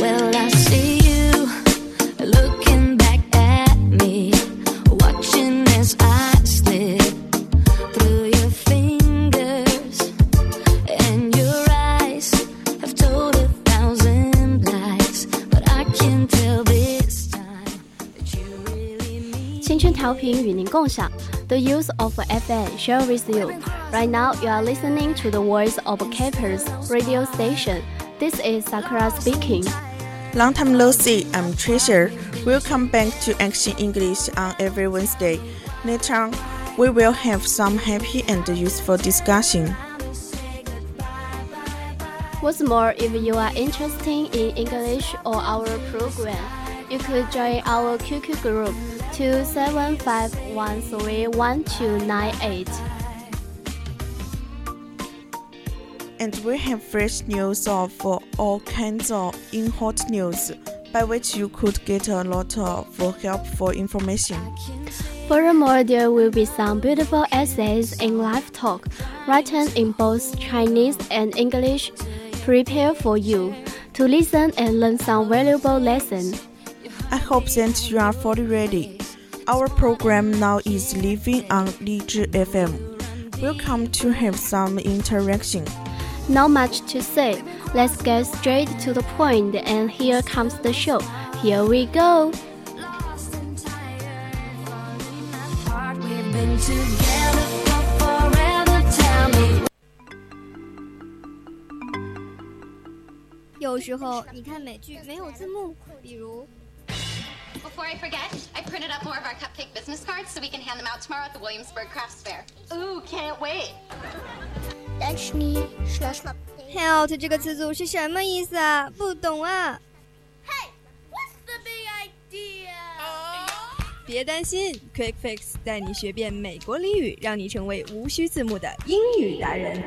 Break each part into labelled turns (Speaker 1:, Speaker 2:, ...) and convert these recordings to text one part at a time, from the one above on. Speaker 1: Well, I see you looking back at me, watching as I slip through your fingers, and your eyes have told a thousand lies, but I can tell this time that you really mean.
Speaker 2: 青春调频与您共享，The Youth of FM share with you. Right now, you are listening to the voice of Campers Radio Station. This is Sakura speaking.
Speaker 3: Long time no see, I'm Trisha. Welcome back to Action English on every Wednesday. Later, we will have some happy and useful discussion.
Speaker 2: What's more, if you are interested in English or our program, you could join our QQ group 2751311298.
Speaker 3: And we have fresh news of all kinds of in hot news, by which you could get a lot of helpful information.
Speaker 2: Furthermore, there will be some beautiful essays in live talk, written in both Chinese and English, prepared for you to listen and learn some valuable lessons.
Speaker 3: I hope that you are fully ready. Our program now is living on Liji FM. Welcome to have some interaction.
Speaker 2: Not much to say. Let's get straight to the point, and here comes the show. Here we go.
Speaker 1: Lost and tired, falling apart. We've been together for forever. Tell me
Speaker 4: 有时候你看美剧没有字幕，比如
Speaker 5: Before I forget, I printed up more of our cupcake business cards so we can hand them out tomorrow at the Williamsburg Crafts Fair. Ooh, can't wait.
Speaker 4: “out” 这个词组是什么意思啊？不懂啊。
Speaker 6: 别担心，Quick Fix 带你学遍美国俚语，让你成为无需字幕的英语达人。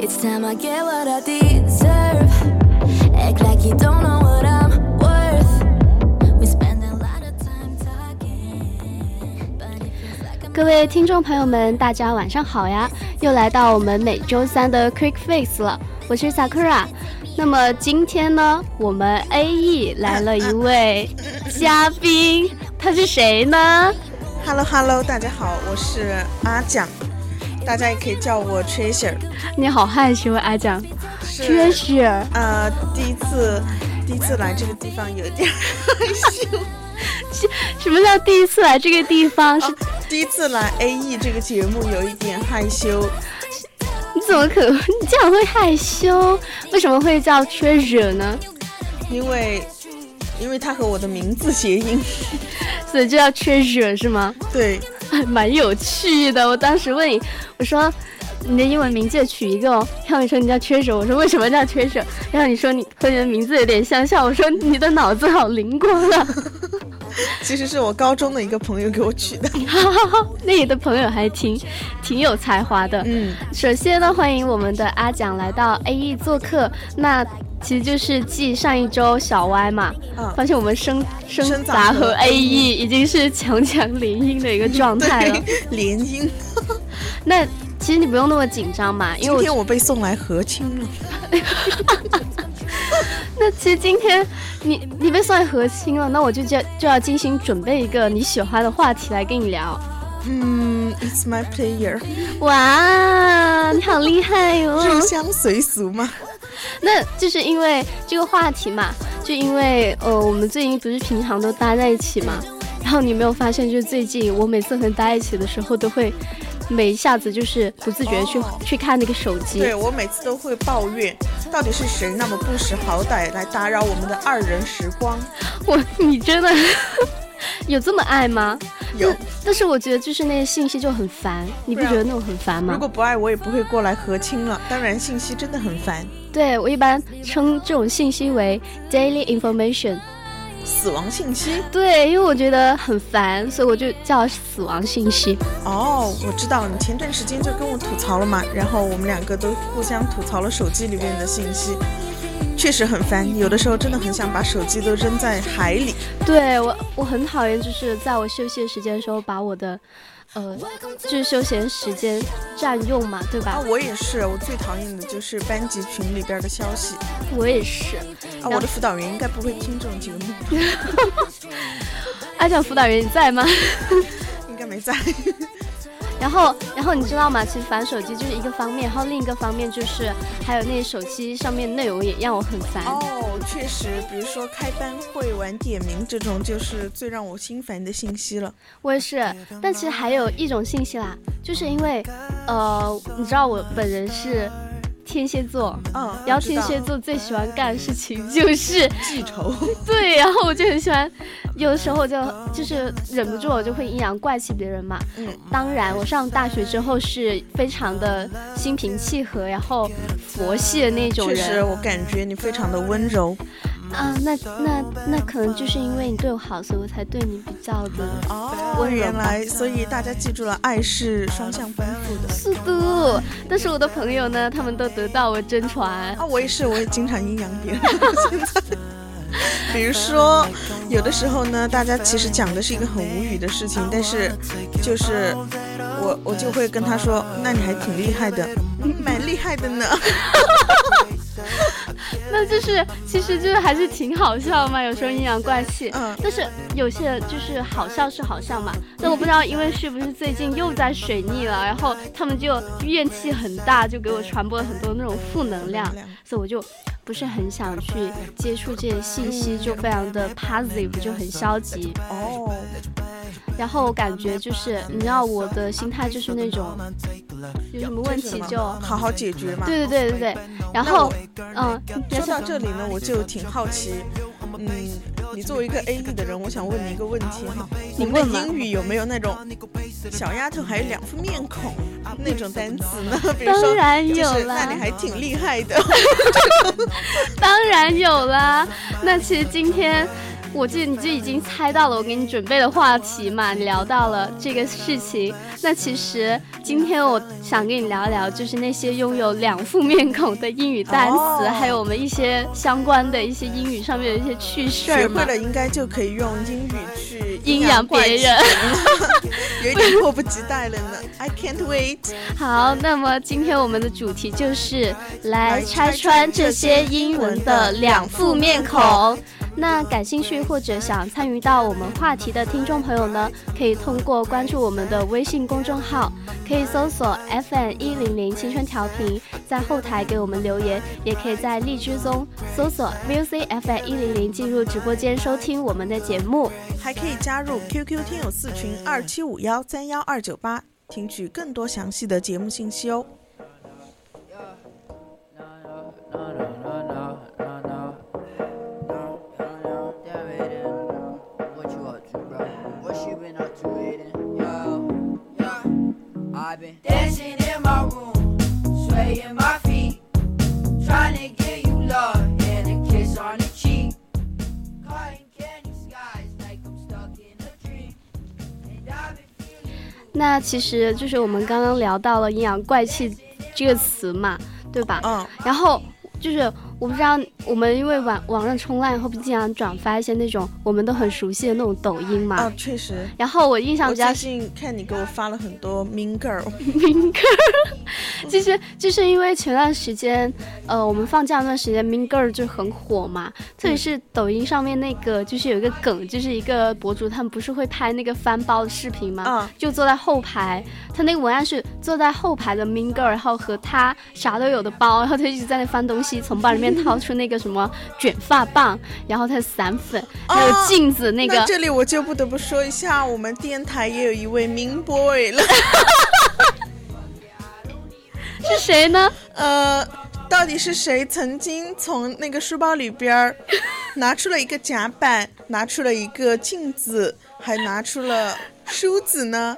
Speaker 1: It's time I get what I deserve. Act like you don't know what I'm worth. We spend a lot of time talking, but it feels like I'm
Speaker 2: 各位听众朋友们，大家晚上好呀！又来到我们每周三的 Quick Fix 了，我是 Sakura。那么今天呢，我们 A E 来了一位嘉宾，他是谁呢？
Speaker 3: Hello Hello，大家好，我是阿蒋，大家也可以叫我 Trisha。
Speaker 2: 你好害羞啊，阿蒋，
Speaker 3: 是
Speaker 2: 真是
Speaker 3: 呃，第一次第一次来这个地方有点 害羞。
Speaker 2: 什么叫第一次来这个地方？是
Speaker 3: 第一次来 A E 这个节目有一点害羞，
Speaker 2: 你怎么可你这样会害羞？为什么会叫 treasure 呢？
Speaker 3: 因为因为它和我的名字谐音。
Speaker 2: 所以就叫 treasure 是吗？
Speaker 3: 对，
Speaker 2: 还蛮有趣的。我当时问你，我说你的英文名字也取一个哦，然后你说你叫 treasure，我说为什么叫 treasure，然后你说你和你的名字有点相像，我说你的脑子好灵光啊。
Speaker 3: 其实是我高中的一个朋友给我取的。
Speaker 2: 那你的朋友还挺挺有才华的。
Speaker 3: 嗯，
Speaker 2: 首先呢，欢迎我们的阿蒋来到 A E 做客。那其实就是继上一周小歪嘛，
Speaker 3: 嗯
Speaker 2: 发现我们生
Speaker 3: 生
Speaker 2: 生
Speaker 3: 杂
Speaker 2: 杂和
Speaker 3: 和
Speaker 2: A E 已经是强强联姻的一个状态了。
Speaker 3: 对，联姻。
Speaker 2: 那其实你不用那么紧张嘛，因为
Speaker 3: 今
Speaker 2: 我
Speaker 3: 天我被送来和亲了。
Speaker 2: 那其实今天你你被算和亲了，那我就就就要精心准备一个你喜欢的话题来跟你聊。
Speaker 3: 嗯，It's my player，
Speaker 2: 哇，你好 厉害哟、哦
Speaker 3: 入乡随俗嘛。
Speaker 2: 那就是因为这个话题嘛，就因为呃，我们最近不是平常都待在一起嘛，然后你没有发现，就是最近我每次和你待一起的时候，都会每一下子就是不自觉地去、
Speaker 3: 哦
Speaker 2: 去看那个手机。
Speaker 3: 对我每次都会抱怨，到底是谁那么不识好歹来打扰我们的二人时光？
Speaker 2: 我你真的 有这么爱吗？
Speaker 3: 有，
Speaker 2: 但是我觉得就是那些信息就很烦，你不
Speaker 3: 对啊
Speaker 2: 觉得那种很烦吗
Speaker 3: 如？果不爱我也不会过来和亲了。当然，信息真的很烦，
Speaker 2: 对我一般称这种信息为 daily information。
Speaker 3: 死亡信息。
Speaker 2: 对，因为我觉得很烦，所以我就叫死亡信息。
Speaker 3: 哦，我知道，你前段时间就跟我吐槽了嘛，然后我们两个都互相吐槽了手机里面的信息，确实很烦，有的时候真的很想把手机都扔在海里。
Speaker 2: 对我，我很讨厌，就是在我休息的时间的时候，把我的，呃，就是休闲时间占用嘛，对
Speaker 3: 啊，
Speaker 2: 吧？
Speaker 3: 我也是，我最讨厌的就是班级群里边的消息。
Speaker 2: 我也是。
Speaker 3: 啊，我的辅导员应该不会听这种节目，
Speaker 2: 阿蒋辅导员，你在吗？
Speaker 3: 应该没在。
Speaker 2: 然后，然后你知道吗？其实烦手机就是一个方面，然后另一个方面就是还有那些手机上面内容也让我很烦。
Speaker 3: 哦，确实，比如说开班会、晚点名这种，就是最让我心烦的信息了。
Speaker 2: 我也是，但其实还有一种信息啦，就是因为，呃，你知道我本人是天蝎座，
Speaker 3: 嗯，
Speaker 2: 然后
Speaker 3: 我知
Speaker 2: 天
Speaker 3: 道
Speaker 2: 蝎座最喜欢干的事情就是
Speaker 3: 记仇，
Speaker 2: 对，然后我就很喜欢，有的时候就就是忍不住我就会阴阳怪气别人嘛。
Speaker 3: 嗯
Speaker 2: 当然，我上大学之后是非常的心平气和，然后佛系的那种
Speaker 3: 确实，
Speaker 2: 人
Speaker 3: 我感觉你非常的温柔。
Speaker 2: 啊。那那那可能就是因为你对我好，所以我才对你比较的
Speaker 3: 哦
Speaker 2: 温柔
Speaker 3: 原
Speaker 2: 吧
Speaker 3: 来，所以大家记住了，爱是双向奔赴的。
Speaker 2: 是的。但是我的朋友呢，他们都得到我真传。
Speaker 3: 啊，我也是，我也经常阴阳别 人。现在，比如说，有的时候呢，大家其实讲的是一个很无语的事情，但是就是我我就会跟他说，那你还挺厉害的，嗯蛮厉害的呢。
Speaker 2: 那就是，其实就是还是挺好笑嘛，有时候阴阳怪气。
Speaker 3: 嗯
Speaker 2: 但是有些人就是好笑是好笑嘛，但我不知道，因为是不是最近又在水逆了，然后他们就怨气很大，就给我传播了很多那种负能量，所以我就不是很想去接触这些信息，就非常的 positive，就很消极。
Speaker 3: 哦，
Speaker 2: 然后我感觉就是，你知道我的心态就是那种，有什么问题就。
Speaker 3: 好好解决嘛。
Speaker 2: 对对对对对，然
Speaker 3: 那
Speaker 2: 后
Speaker 3: 我，
Speaker 2: 嗯，你要
Speaker 3: 说到
Speaker 2: 说
Speaker 3: 这里呢，我就挺好奇，嗯，你作为一个 A E 的人，我想问你一个问题哈，
Speaker 2: 你
Speaker 3: 我们
Speaker 2: 问
Speaker 3: 的
Speaker 2: 吧
Speaker 3: 英语有没有那种小丫头还有两副面孔那种单词呢？比如说，
Speaker 2: 当然
Speaker 3: 就
Speaker 2: 有
Speaker 3: 是
Speaker 2: 啦
Speaker 3: 那你还挺厉害的。
Speaker 2: 当然有啦。那其实今天。我记得你就已经猜到了我给你准备的话题嘛，你聊到了这个事情。那其实今天我想跟你聊一聊，就是那些拥有两副面孔的英语单词，
Speaker 3: 哦
Speaker 2: 还有我们一些相关的一些英语上面的一些趣事
Speaker 3: 学
Speaker 2: 儿嘛
Speaker 3: 会。了应该就可以用英语去
Speaker 2: 阴
Speaker 3: 阳
Speaker 2: 阳
Speaker 3: 怪
Speaker 2: 别
Speaker 3: 气
Speaker 2: 人，
Speaker 3: 有一点迫不及待了呢。I can't wait。
Speaker 2: 好，那么今天我们的主题就是来拆穿这些英文的两副面孔。那感兴趣或者想参与到我们话题的听众朋友呢，可以通过关注我们的微信公众号，可以搜索 FM 一零零青春调频，在后台给我们留言，也可以在荔枝中搜索 music FM 一零零进入直播间收听我们的节目。
Speaker 3: 还可以加入 QQ 听友四群二七五幺三幺二九八，听取更多详细的节目信息哦。
Speaker 7: I've been dancing in my room, swaying my feet, trying to give you love and a kiss on the cheek. Cutting candy skies like I'm stuck in a dream. And I've been feeling.
Speaker 2: 那其实就是我们刚刚聊到了“阴阳怪气”这个词嘛，对吧？
Speaker 3: 嗯，
Speaker 2: 然后就是我不知道我们因为网网上冲浪以后，不是经常转发一些那种我们都很熟悉的那种抖音嘛。
Speaker 3: 啊，确实。
Speaker 2: 然后我印象
Speaker 3: 我
Speaker 2: 比较
Speaker 3: 最
Speaker 2: 深，
Speaker 3: 近看你给我发了很多 Mean Girl，
Speaker 2: 其实就是因为前段时间，呃，我们放假那段时间，Mean Girl 就很火嘛，
Speaker 3: 嗯
Speaker 2: 特别是抖音上面那个，就是有一个梗，就是一个博主他们不是会拍那个翻包的视频吗？
Speaker 3: 嗯
Speaker 2: 就坐在后排，他那个文案是坐在后排的 Mean Girl，然后和他啥都有的包，然后他一直在那翻东西，从包里面掏出那个个什么卷发棒，然后它散粉，还有镜子那个
Speaker 3: 哦那。这里我就不得不说一下，我们电台也有一位名 boy 了。
Speaker 2: 是谁呢？
Speaker 3: 呃，到底是谁曾经从那个书包里边儿拿出了一个夹板，拿出了一个镜子，还拿出了梳子呢？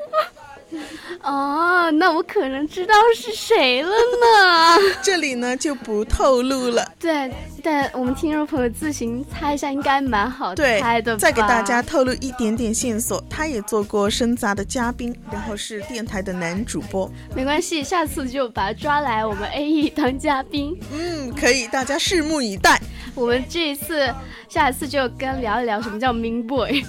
Speaker 2: 哦，那我可能知道是谁了呢。
Speaker 3: 这里呢就不透露了。
Speaker 2: 对，但我们听众朋友自行猜一下，应该蛮好
Speaker 3: 对
Speaker 2: 猜呃的，吧。
Speaker 3: 再给大家透露一点点线索，他也做过深杂的嘉宾，然后是电台的男主播。
Speaker 2: 没关系，下次就把他抓来我们 A E 当嘉宾。
Speaker 3: 嗯，可以，大家拭目以待。
Speaker 2: 我们这一次，下一次就跟他聊一聊什么叫 mean boy。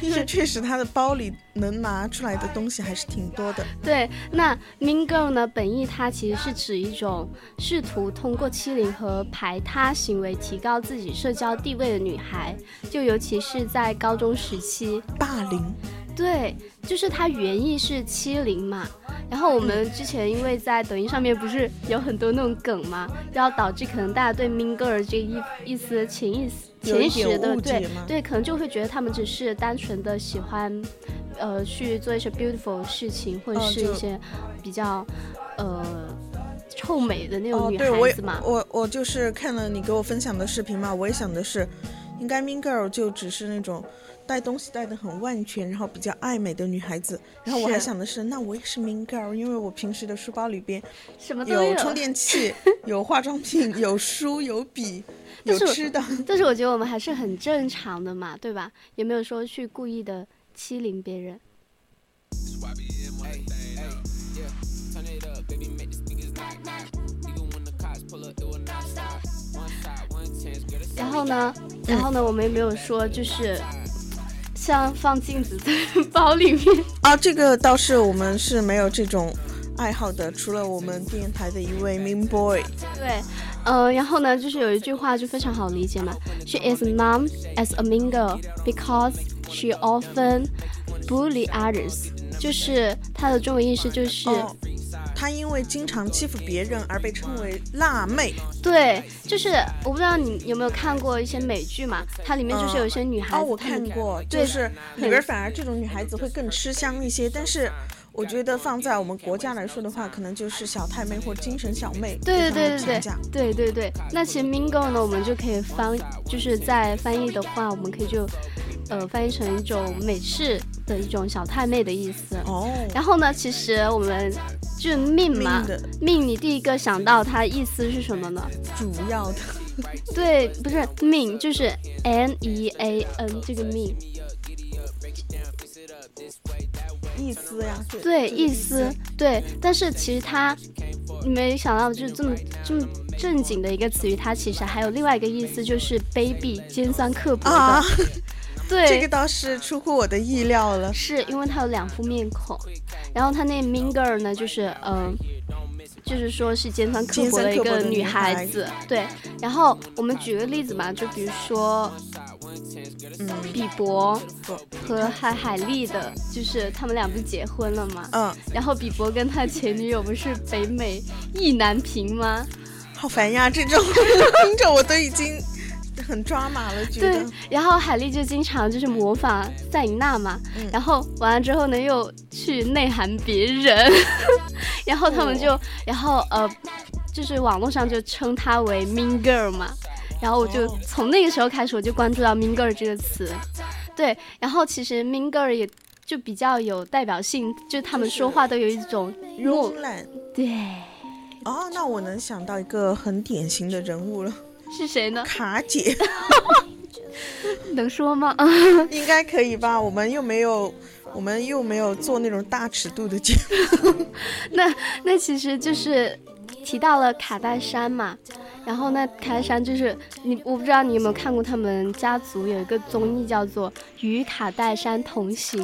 Speaker 3: 因为确实他的包里能拿出来的东西还是挺多的。
Speaker 2: 对，那 mean girl 呢？本意它其实是指一种试图通过欺凌和排他行为提高自己社交地位的女孩，就尤其是在高中时期。
Speaker 3: 霸凌，
Speaker 2: 对，就是它原意是欺凌嘛。然后我们之前因为在抖音上面不是有很多那种梗嘛，然后导致可能大家对 mean girl 这个意意思潜意识
Speaker 3: 有
Speaker 2: 潜
Speaker 3: 一
Speaker 2: 意识
Speaker 3: 点
Speaker 2: 的
Speaker 3: 误解
Speaker 2: 对
Speaker 3: 吗
Speaker 2: 对，可能就会觉得他们只是单纯的喜欢，呃，去做一些 beautiful 的事情，或者
Speaker 3: 嗯
Speaker 2: 是
Speaker 3: 就
Speaker 2: 一些比较呃臭美的那
Speaker 3: 哦，
Speaker 2: 种女
Speaker 3: 对我
Speaker 2: 孩
Speaker 3: 也
Speaker 2: 子嘛。
Speaker 3: 我我就是看了你给我分享的视频嘛，我也想的是，应该 Mean Girl 就只是那种带东西带的很万全，然后比较爱美的女孩子。然后我还
Speaker 2: 是
Speaker 3: 想的是，那我也是 Mean Girl，因为我平时的书包里边
Speaker 2: 什么都
Speaker 3: 有充电器、有化妆品、 有书、有笔、有
Speaker 2: 但是我
Speaker 3: 吃的。
Speaker 2: 但是我觉得我们还是很正常的嘛，对吧？也没有说去故意的欺凌别人。然后呢，然后呢，我们也没有说就是像放镜子在 包里面。
Speaker 3: 啊，这个倒是我们是没有这种爱好的，除了我们电台的一位 Mean Boy。
Speaker 2: 对，呃，然后呢，就是有一句话就非常好理解嘛，She is mom as a mean girl because she often bully others，就是它的中文意思就是、
Speaker 3: 哦，她因为经常欺负别人而被称为辣妹。
Speaker 2: 对，就是我不知道你有没有看过一些美剧嘛，它里面就是有一些女孩
Speaker 3: 哦，
Speaker 2: 子，
Speaker 3: 我
Speaker 2: 她
Speaker 3: 看
Speaker 2: 们
Speaker 3: 过，
Speaker 2: 对
Speaker 3: 就是里边反而这种女孩子会更吃香一些，但是我觉得放在我们国家来说的话，可能就是小太妹或精神小妹
Speaker 2: 对对
Speaker 3: 对
Speaker 2: 对对对对对，那其实 mean girl 呢，我们就可以翻，就是在翻译的话，我们可以就，呃，翻译成一种美式的一种小太妹的意思。
Speaker 3: 哦，
Speaker 2: 然后呢，其实我们就是命
Speaker 3: 命
Speaker 2: 嘛，
Speaker 3: 的
Speaker 2: 命你第一个想到它的意思是什么呢？
Speaker 3: 主要的
Speaker 2: 对，不是命，就是 n e a n 这个命，
Speaker 3: 意思呀，
Speaker 2: 对，
Speaker 3: 对这个
Speaker 2: 意思对。但是其实它没想到，就是这么这么正经的一个词语，它其实还有另外一个意思，就是卑鄙、尖酸刻薄的。
Speaker 3: 啊，
Speaker 2: 对，
Speaker 3: 这个倒是出乎我的意料了。
Speaker 2: 是因为他有两副面孔，然后他那 mean girl 呢，就是嗯、就是说是尖酸刻
Speaker 3: 尖
Speaker 2: 薄
Speaker 3: 酸
Speaker 2: 的一
Speaker 3: 刻薄
Speaker 2: 个
Speaker 3: 的女
Speaker 2: 女
Speaker 3: 孩
Speaker 2: 孩子。对，然后我们举个例子嘛，就比如说
Speaker 3: 嗯
Speaker 2: 比伯
Speaker 3: 不
Speaker 2: 和海海丽的，就是他们俩不是结婚了嘛？
Speaker 3: 嗯，
Speaker 2: 然后比伯跟他前女友不是北美意难平吗？
Speaker 3: 好烦呀，这种 听着我都已经很抓马了，觉
Speaker 2: 对
Speaker 3: 得，
Speaker 2: 然后海丽就经常就是模仿赛琳娜嘛，
Speaker 3: 嗯
Speaker 2: 然后完了之后呢，又去内涵别人， 然后他们就，然后呃，就是网络上就称她为 mean girl 嘛，然后我就
Speaker 3: 哦
Speaker 2: 从那个时候开始我就关注到 mean girl 这个词，对，然后其实 mean girl 也就比较有代表性，就他们说话都有一种弱
Speaker 3: 慵，懒。
Speaker 2: 对，
Speaker 3: 哦，那我能想到一个很典型的人物了，
Speaker 2: 是谁呢？
Speaker 3: 卡姐。
Speaker 2: 能说吗？
Speaker 3: 应该可以吧？我们又没有，我们又没有做那种大尺度的节目。
Speaker 2: 那那其实就是提到了卡戴珊嘛，然后那卡戴珊就是你，我不知道你有没有看过他们家族有一个综艺叫做《与卡戴珊同行》，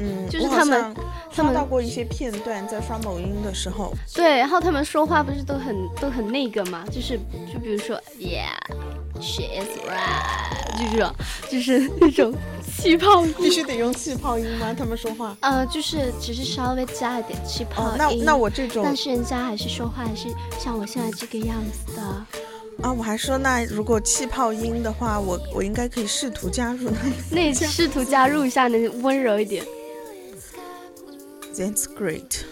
Speaker 3: 嗯，
Speaker 2: 就是
Speaker 3: 我好
Speaker 2: 他们
Speaker 3: 像
Speaker 2: 他
Speaker 3: 刷
Speaker 2: 们
Speaker 3: 到过一些片段，在刷某音的时候，
Speaker 2: 对，然后他们说话不是都很都很那个嘛，就是就比如说，Yeah，she is right，就这种就是那种气泡音
Speaker 3: 必，须得用气泡音吗？他们说话？
Speaker 2: 呃，就是只是稍微加一点气泡音。
Speaker 3: 哦，那那我这种
Speaker 2: 但是人家还是说话还是像我现在这个样子的。
Speaker 3: 啊，我还说那如果气泡音的话，我我应该可以试图加入那
Speaker 2: 那你试图加入一下，能温柔一点。
Speaker 3: That's great 。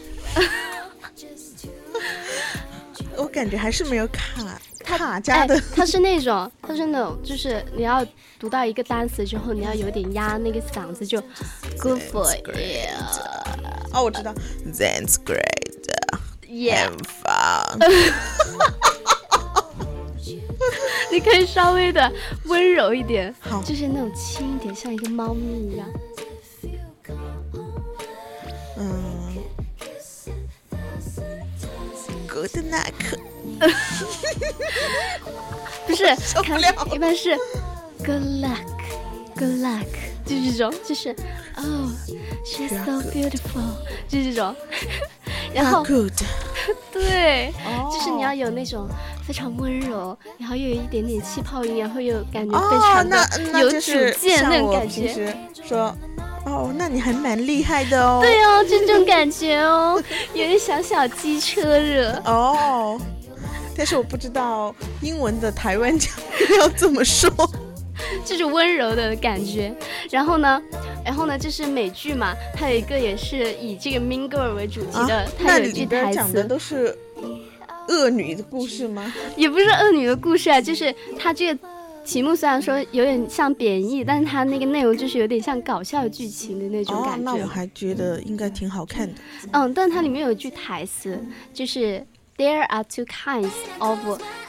Speaker 3: 我感觉还是没有卡卡加的
Speaker 2: 哎，它是那种，它是那种，就是你要读到一个单词之后，你要有点压那个嗓子，就 good for you，yeah。
Speaker 3: 哦，我知道。That's great 嗯 and fun。
Speaker 2: 你可以稍微的温柔一点，
Speaker 3: 好
Speaker 2: 就是那种轻一点，像一个猫咪一样。
Speaker 3: 嗯，Good luck。
Speaker 2: 不是，
Speaker 3: 受不了
Speaker 2: 看一般 是 good luck，good luck，就是这种，就是哦、oh,，she's so beautiful，就是这种。 然后
Speaker 3: 啊
Speaker 2: 哦
Speaker 3: Good。
Speaker 2: 对，就是你要有
Speaker 3: 哦
Speaker 2: 那种非常温柔，然后又有一点点气泡音，然后又感觉非
Speaker 3: 哦，
Speaker 2: 常
Speaker 3: 那
Speaker 2: 的
Speaker 3: 那
Speaker 2: 有
Speaker 3: 就
Speaker 2: 主
Speaker 3: 是
Speaker 2: 见那
Speaker 3: 像
Speaker 2: 种
Speaker 3: 我
Speaker 2: 感
Speaker 3: 平
Speaker 2: 觉。
Speaker 3: 时说，哦，那你还蛮厉害的哦。
Speaker 2: 对哦，就这种感觉哦，有点小小机车热。
Speaker 3: 哦，但是我不知道英文的台湾腔 要怎么说。
Speaker 2: 就是温柔的感觉。然后呢，然后呢，就是美剧嘛，它有一个也是以这个 Mean Girl 为主题的，
Speaker 3: 啊，那
Speaker 2: 它有一句
Speaker 3: 里边
Speaker 2: 台
Speaker 3: 讲的
Speaker 2: 词，
Speaker 3: 都是恶女的故事吗？
Speaker 2: 也不是恶女的故事啊，就是它这个。题目虽然说有点像贬义，但是它那个内容就是有点像搞笑剧情的那种
Speaker 3: 哦，
Speaker 2: 感
Speaker 3: 那
Speaker 2: 觉
Speaker 3: 我。还觉得应该挺好看的。
Speaker 2: 嗯，但它里面有一句台词，就是 There are two kinds of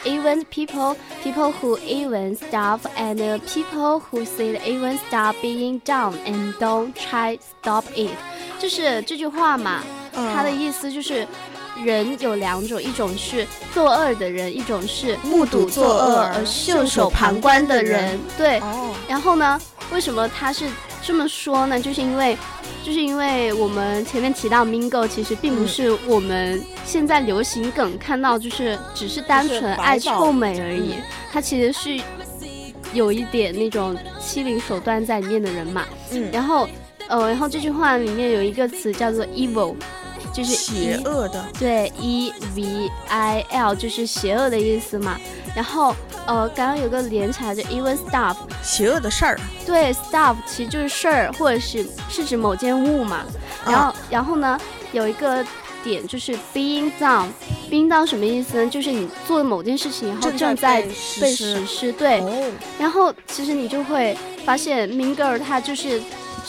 Speaker 2: event people: people who even stop and people who see the even stop being done and don't try stop it。就是这句话嘛，
Speaker 3: 嗯
Speaker 2: 它的意思就是。人有两种，一种是作恶的人，一种是目睹作恶而袖手旁观的人。对，
Speaker 3: 哦，
Speaker 2: 然后呢，为什么他是这么说呢？就是因为，就是因为我们前面提到 Mingo，其实并不是我们现在流行梗看到，就是只是单
Speaker 3: 就是嗯
Speaker 2: 纯
Speaker 3: 白
Speaker 2: 爱
Speaker 3: 宝
Speaker 2: 臭美而已，他其实是有一点那种欺凌手段在里面的人嘛。
Speaker 3: 嗯
Speaker 2: 然后，呃，然后这句话里面有一个词叫做 evil，就是
Speaker 3: 邪
Speaker 2: E-
Speaker 3: 恶的，
Speaker 2: 对，E V I L 就是邪恶的意思嘛。然后，呃，刚刚有个连起来就 evil stuff，
Speaker 3: 邪恶的事儿。
Speaker 2: 对，stuff 其实就是事儿，或者是是指某件物嘛。
Speaker 3: 啊
Speaker 2: 然后，然后呢，有一个点就是 being done，being done 什么意思呢？就是你做某件事情，然后正
Speaker 3: 正在
Speaker 2: 在
Speaker 3: 被实
Speaker 2: 被
Speaker 3: 施
Speaker 2: 实施。对，
Speaker 3: 哦，
Speaker 2: 然后其实你就会发现 Mean Girl 她就是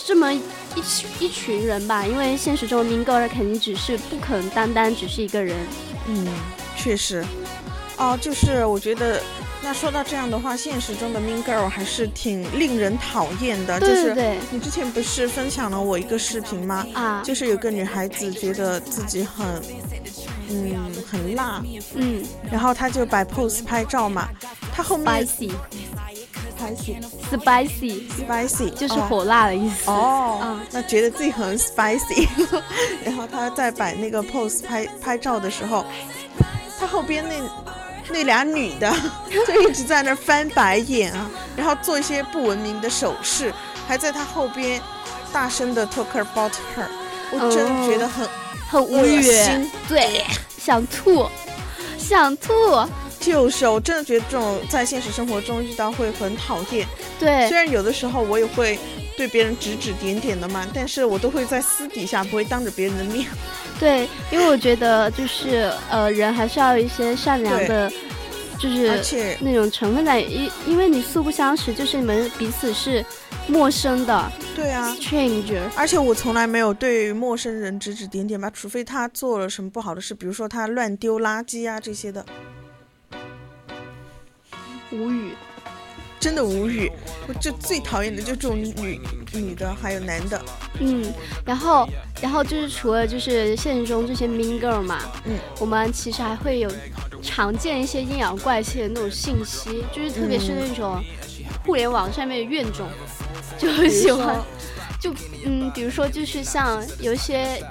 Speaker 2: 这么一群一群人吧，因为现实中 Mean Girl 肯定只是不可能单单只是一个人。
Speaker 3: 嗯，确实。哦，就是我觉得，那说到这样的话，现实中的 Mean Girl 还是挺令人讨厌的。
Speaker 2: 对对
Speaker 3: 就是
Speaker 2: 对，
Speaker 3: 你之前不是分享了我一个视频吗？
Speaker 2: 啊，
Speaker 3: 就是有个女孩子觉得自己很，嗯，很辣，
Speaker 2: 嗯
Speaker 3: 然后她就摆 pose 拍照嘛，她后面
Speaker 2: ，spicy spicy
Speaker 3: spicy spicy
Speaker 2: 就是
Speaker 3: 哦
Speaker 2: 火辣的意思。
Speaker 3: 哦
Speaker 2: 啊，
Speaker 3: 那觉得自己很 spicy，然 后他在摆那个 pose 拍拍照的时候，他后边那那俩女的就一直在那儿翻白眼啊，然后做一些不文明的手势，还在他后边大声的 talk about her，我真的觉得很
Speaker 2: 很无
Speaker 3: 恶
Speaker 2: 语
Speaker 3: 心，
Speaker 2: 对，想吐，想吐，
Speaker 3: 就是我真的觉得这种在现实生活中遇到会很讨厌。
Speaker 2: 对
Speaker 3: 虽，然有的时候我也会对别人指指点点的嘛，但是我都会在私底下，不会当着别人的面。
Speaker 2: 对，因为我觉得就是呃，人还是要有一些善良的，就
Speaker 3: 而
Speaker 2: 是
Speaker 3: 且
Speaker 2: 那种成分在，因因为你素不相识，就是你们彼此是陌生的
Speaker 3: 对啊，
Speaker 2: stranger，
Speaker 3: 而且我从来没有对陌生人指指点点吧，除非他做了什么不好的事，比如说他乱丢垃圾啊这些的，
Speaker 2: 无语。
Speaker 3: 真的无语。我就最讨厌的就这种女女的，还有男的。
Speaker 2: 嗯，然后，然后就是除了就是现实中这些 mean girl 嘛，
Speaker 3: 嗯，
Speaker 2: 我们其实还会有常见一些阴阳怪气的那种信息，
Speaker 3: 嗯
Speaker 2: 就是特别是那种互联网上面的怨种，就很喜欢，就嗯，比如说就是像有一些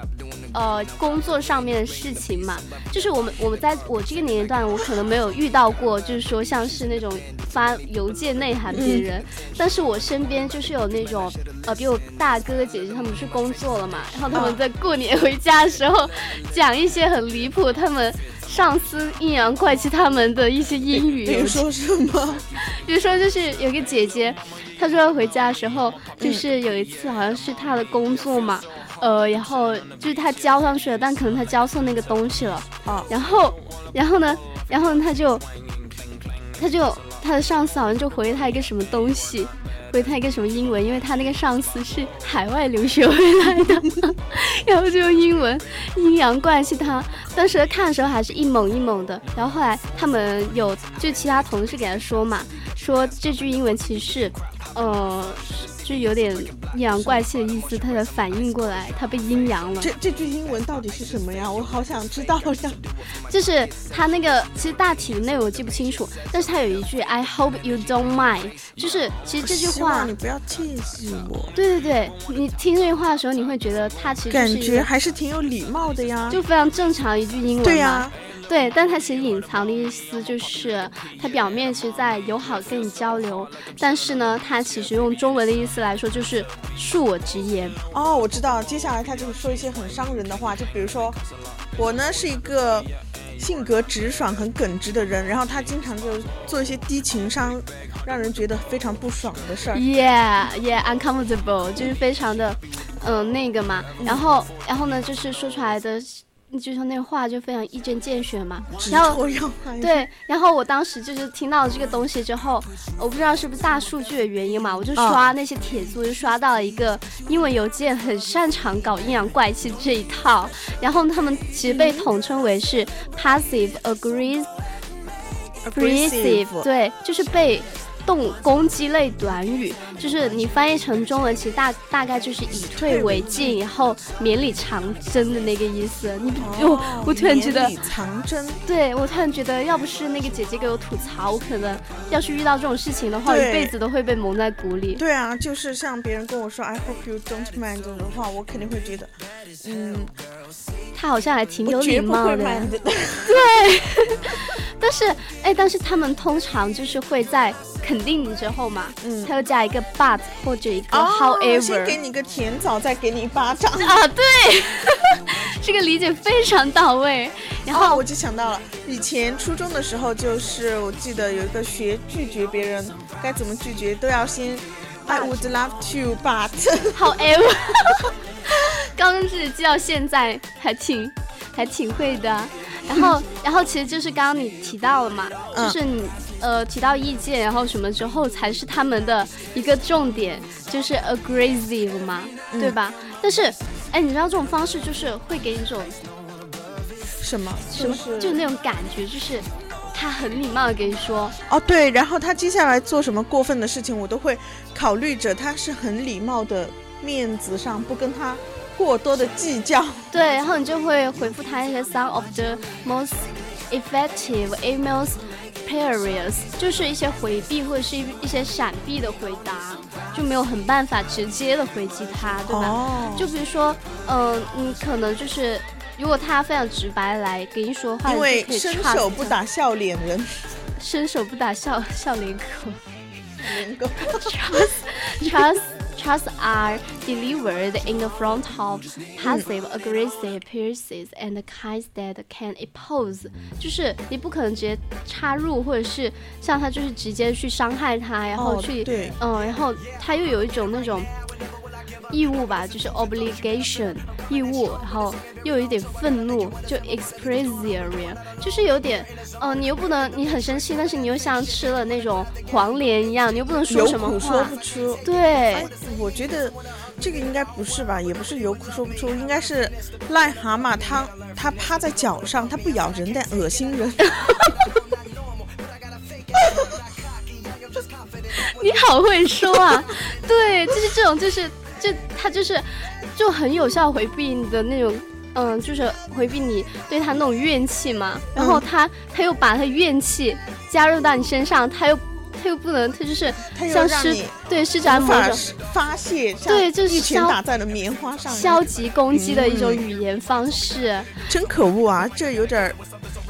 Speaker 2: 呃工作上面的事情嘛，就是我们我们在我这个年龄段，我可能没有遇到过，就是说像是那种发邮件内涵别人，但是我身边就是有那种呃比我大哥哥姐姐他们去工作了嘛，然后他们在过年回家的时候讲一些很离谱，他们上司阴阳怪气他们的一些英语，
Speaker 3: 比如说什么？
Speaker 2: 比如说，就是有个姐姐，她说回家的时候，就是有一次好像是她的工作嘛，呃，然后就是她交上去了，但可能她交错那个东西了，
Speaker 3: 哦
Speaker 2: 然后，然后呢，然后呢她就，她就她的上司好像就回她一个什么东西。回她一个什么英文，因为她那个上司是海外留学回来的， 然后就用英文阴阳怪气她。当时看的时候还是一懵一懵的，然后后来他们有就其他同事给他说嘛，说这句英文其实是，呃，就有点阴阳怪气的意思，他才反应过来他被阴阳了。
Speaker 3: 这这句英文到底是什么呀？我好想知道呀！
Speaker 2: 就是他那个其实大体的内容我记不清楚，但是他有一句 I hope you don't mind，就是其实这句
Speaker 3: 希
Speaker 2: 话
Speaker 3: 望你，不要气死我。
Speaker 2: 对对对，你听这句话的时候，你会觉得他其实
Speaker 3: 感
Speaker 2: 是一
Speaker 3: 觉
Speaker 2: 个
Speaker 3: 还是挺有礼貌的呀。
Speaker 2: 就非常正常的一句英文嘛。
Speaker 3: 对呀、啊
Speaker 2: 对，但他其实隐藏的意思就是，他表面是在友好跟你交流，但是呢，他其实用中文的意思来说就是恕我直言。
Speaker 3: 哦，我知道，接下来他就会说一些很伤人的话，就比如说，我呢是一个性格直爽、很耿直的人，然后他经常就做一些低情商，让人觉得非常不爽的事儿。
Speaker 2: 嗯 Yeah, yeah, uncomfortable，就是非常的，嗯、那个嘛。然后，然后呢，就是说出来的，就是那话就非常一针见血嘛。
Speaker 3: 直
Speaker 2: 然后
Speaker 3: 戳要害，
Speaker 2: 对，然后我当时就是听到这个东西之后，我不知道是不是大数据的原因嘛，我就刷那些帖子，我就刷到了一个英文邮件很擅长搞阴阳怪气这一套，然后他们其实被统称为是 passive aggressive，对，就是被。动攻击类短语，就是你翻译成中文，其实大大概就是以退为进，然后绵里藏针的那个意思。你我、
Speaker 3: 哦
Speaker 2: 我突然觉得
Speaker 3: 绵里藏针，
Speaker 2: 对我突然觉得，要不是那个姐姐给我吐槽，我可能要是遇到这种事情的话，我
Speaker 3: 对
Speaker 2: 一辈子都会被蒙在鼓里。
Speaker 3: 对啊，就是像别人跟我说 “I hope you don't mind” 这种的话，我肯定会觉得，嗯，
Speaker 2: 她好像还挺有
Speaker 3: 我
Speaker 2: 礼
Speaker 3: 绝不会
Speaker 2: 貌的，
Speaker 3: mind 的。
Speaker 2: 但是哎，但是他们通常就是会在肯定你之后嘛，
Speaker 3: 嗯
Speaker 2: 他又加一个 but 或者一个
Speaker 3: 哦先
Speaker 2: however，、
Speaker 3: 给你个甜枣，再给你一巴掌。
Speaker 2: 啊，对， 这个理解非常到位。然
Speaker 3: 哦，
Speaker 2: 后、
Speaker 3: 我就想到了，以前初中的时候，就是我记得有一个学拒绝别人该怎么拒绝，都要先 I would love to but，
Speaker 2: however，刚是记到现在还挺还挺会的。然后，然后其实就是刚刚你提到了嘛，
Speaker 3: 嗯
Speaker 2: 就是你呃提到意见，然后什么之后才是他们的一个重点，就是 aggressive 嘛，
Speaker 3: 嗯
Speaker 2: 对吧？但是，哎，你知道这种方式就是会给你一种
Speaker 3: 什么
Speaker 2: 什么，
Speaker 3: 是
Speaker 2: 就那种感觉，就是他很礼貌的给你说，
Speaker 3: 哦对，然后他接下来做什么过分的事情，我都会考虑着他是很礼貌的面子上不跟他过多的计较。
Speaker 2: 对，然后你就会回复他一些 some of the most effective emails periods，就是一些回避或者是一一些闪避的回答，就没有很办法直接的回击他，对吧？
Speaker 3: 哦，
Speaker 2: 就比如说，嗯、你可能就是。如果他非常直白来给你说话，
Speaker 3: 因
Speaker 2: 你
Speaker 3: 为
Speaker 2: 就可以
Speaker 3: 伸
Speaker 2: trust
Speaker 3: 手不
Speaker 2: 他，
Speaker 3: 打笑脸人，
Speaker 2: 伸手不打笑笑脸狗。
Speaker 3: 能够
Speaker 2: Trust trusts are delivered in the front of passive aggressive pierces and the kinds that can oppose，就是你不可能直接插入，或者是像他就是直接去伤害他，然后
Speaker 3: 哦
Speaker 2: 去、
Speaker 3: 对
Speaker 2: 嗯，然后他又有一种那种。义务吧，就是 obligation 义务，然后又有一点愤怒，就 expressive，就是有点，嗯、你又不能，你很生气，但是你又像吃了那种黄连一样，你又不能说
Speaker 3: 有
Speaker 2: 什么话，
Speaker 3: 苦说不出。
Speaker 2: 对
Speaker 3: 哎，我觉得这个应该不是吧，也不是有苦说不出，应该是癞蛤蟆它它趴在脚上，它不咬人，但恶心 人。
Speaker 2: 你好会说啊！ 对，就是这种，就是就他就是就很有效回避你的那种，嗯，就是回避你对他那
Speaker 3: 嗯
Speaker 2: 种怨气嘛。然后他、他又把他怨气加入到你身上，他又他又不能，他就是
Speaker 3: 他又
Speaker 2: 像
Speaker 3: 让
Speaker 2: 施
Speaker 3: 你
Speaker 2: 对施展
Speaker 3: 无
Speaker 2: 某
Speaker 3: 法
Speaker 2: 种
Speaker 3: 发泄这样，
Speaker 2: 对就是
Speaker 3: 一拳
Speaker 2: 消
Speaker 3: 打在了棉花上，
Speaker 2: 消极攻击的一种语言方式。
Speaker 3: 真可恶啊！这有点儿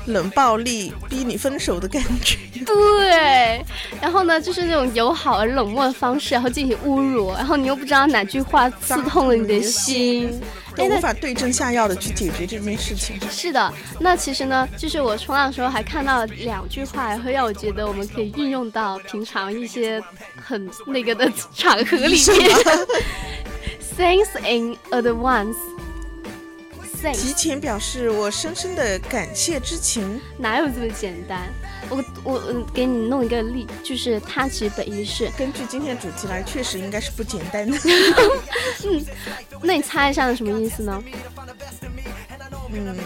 Speaker 3: 冷暴力逼你分手的感觉。
Speaker 2: 对，然后呢，就是那种友好而冷漠的方式，然后进行侮辱，然后你又不知道哪句话刺痛了你的心。
Speaker 3: 都
Speaker 2: 哎那
Speaker 3: 无法对症下药的去解决这件事情。
Speaker 2: 是的，那其实呢，就是我冲浪的时候还看到两句话，会让我觉得我们可以运用到平常一些很那个的场合里面。Thanks in advance。Thanks
Speaker 3: 提前表示我深深的感谢之情，
Speaker 2: 哪有这么简单？我我我给你弄一个例，就是它其实本意是
Speaker 3: 根据今天的主题来，确实应该是不简单的。
Speaker 2: 那你猜一下是什么意思呢？
Speaker 3: 嗯，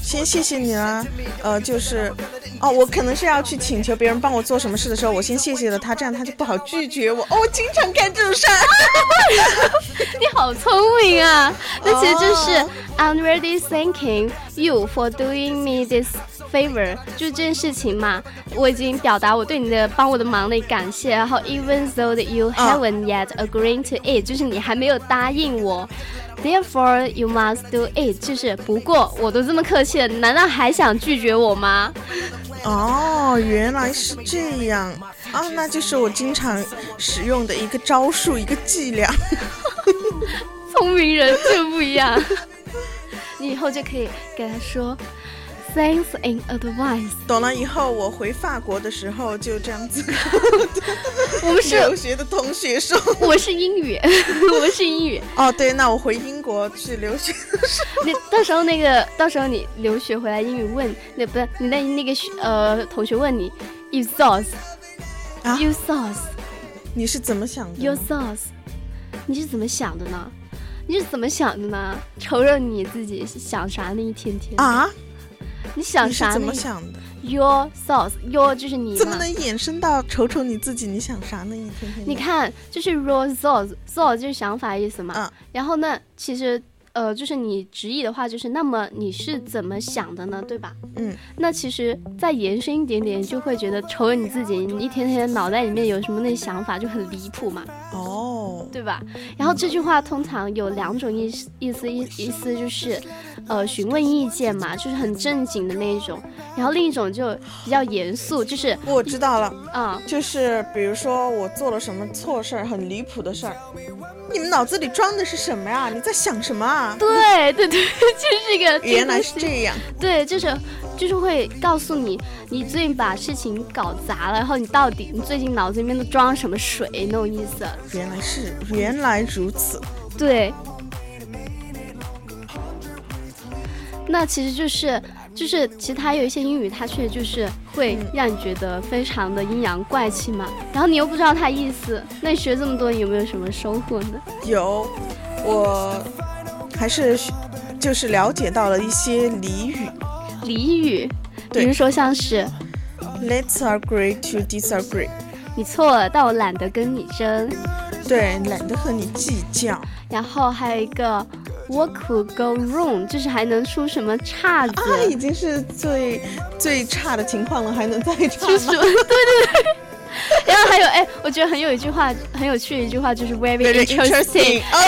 Speaker 3: 先谢谢你啦，呃，就是，哦，我可能是要去请求别人帮我做什么事的时候，我先谢谢了他，这样他就不好拒绝我。哦，我经常干这种事 儿。
Speaker 2: 你好聪明啊！那其实就是、
Speaker 3: 哦
Speaker 2: I'm really thanking you for doing me this favor，就是这件事情嘛，我已经表达我对你的帮我的忙的感谢。然后 even though that you haven't yet agreed to it，就是你还没有答应我。Therefore, you must do it。就是不过我都这么客气了，你难道还想拒绝我吗？
Speaker 3: 哦，原来是这样啊，那就是我经常使用的一个招数，一个伎俩。
Speaker 2: 聪明人就不一样。你以后就可以给他说，Thanks in advance。
Speaker 3: 懂了以后，我回法国的时候就这样子。
Speaker 2: 我们是
Speaker 3: 留学的同学说，
Speaker 2: 我是英语，我是英语。
Speaker 3: 哦，对，那我回英国去留学 的时候，
Speaker 2: 那到时候那个，到时候你留学回来，英语问那不是你的那个学呃同学问你，you sauce，
Speaker 3: 啊
Speaker 2: you sauce
Speaker 3: 你是怎么想的
Speaker 2: you
Speaker 3: 呢？
Speaker 2: sauce，你是怎么想的呢？你是怎么想的呢？瞅瞅你自己想啥那一天天，
Speaker 3: 啊，
Speaker 2: 你想
Speaker 3: 你是
Speaker 2: 啥
Speaker 3: 怎
Speaker 2: 呢
Speaker 3: 么想的？
Speaker 2: ？Your sauce，your 就是你
Speaker 3: 怎么
Speaker 2: 嘛。
Speaker 3: 能衍生到瞅瞅你自己？你想啥呢？一天天的。
Speaker 2: 你看，就是 raw thoughts，thought 就是想法意思嘛。
Speaker 3: 嗯
Speaker 2: 然后呢，其实呃，就是你直译的话，就是那么你是怎么想的呢？对吧？
Speaker 3: 嗯。
Speaker 2: 那其实再延伸一点点，就会觉得瞅着你自己，你一天天脑袋里面有什么那想法就很离谱嘛，
Speaker 3: 哦，
Speaker 2: 对吧？然后这句话通常有两种意思，意思意意思就是，呃，询问意见嘛，就是很正经的那一种。然后另一种就比较严肃，就是
Speaker 3: 我知道了，
Speaker 2: 啊、
Speaker 3: 就是比如说我做了什么错事儿，很离谱的事儿，你们脑子里装的是什么呀？你在想什么啊？
Speaker 2: 对对 对，就是这个。
Speaker 3: 原来是这样，
Speaker 2: 对，就是就是会告诉你，你最近把事情搞砸了，然后你到底你最近脑子里面都装了什么水那种意思。
Speaker 3: 原来是，原来如此。
Speaker 2: 对，那其实就是就是其实它有一些英语，它确实就是会让你觉得非常的阴阳怪气嘛，然后你又不知道它意思，那你学这么多，你有没有什么收获呢？
Speaker 3: 有，我还是学就是了解到了一些俚语。
Speaker 2: 俚语，比
Speaker 3: 对
Speaker 2: 如说像是
Speaker 3: Let's agree to disagree。
Speaker 2: 你错了，但我懒得跟你争。
Speaker 3: 对，懒得和你计较。
Speaker 2: 然后还有一个 What could go wrong，就是还能出什么岔子？
Speaker 3: 啊，已经是最最差的情况了，还能再差
Speaker 2: 就是 对
Speaker 3: 吗？
Speaker 2: 对对。然后还有哎，我觉得很有一句话，很有趣的一句话就是 very
Speaker 3: Very
Speaker 2: interesting，
Speaker 3: interesting 哦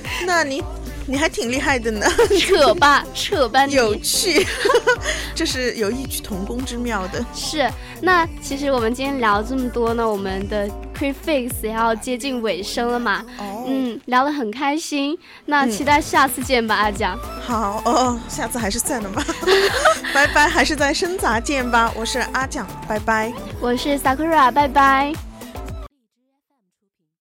Speaker 3: 对那你你还挺厉害的 呢，
Speaker 2: 扯吧扯吧你
Speaker 3: 有趣， 这是有异曲同工之妙的。
Speaker 2: 是。那其实我们今天聊这么多呢，我们的 prefix 也要接近尾声了嘛。
Speaker 3: 哦嗯
Speaker 2: 嗯，聊得很开心，那期待下次见吧，阿蒋。
Speaker 3: 好哦，下次还是算了吧， 拜拜，还是在深杂见吧。我是阿蒋，拜拜。
Speaker 2: 我是 Sakura，拜拜。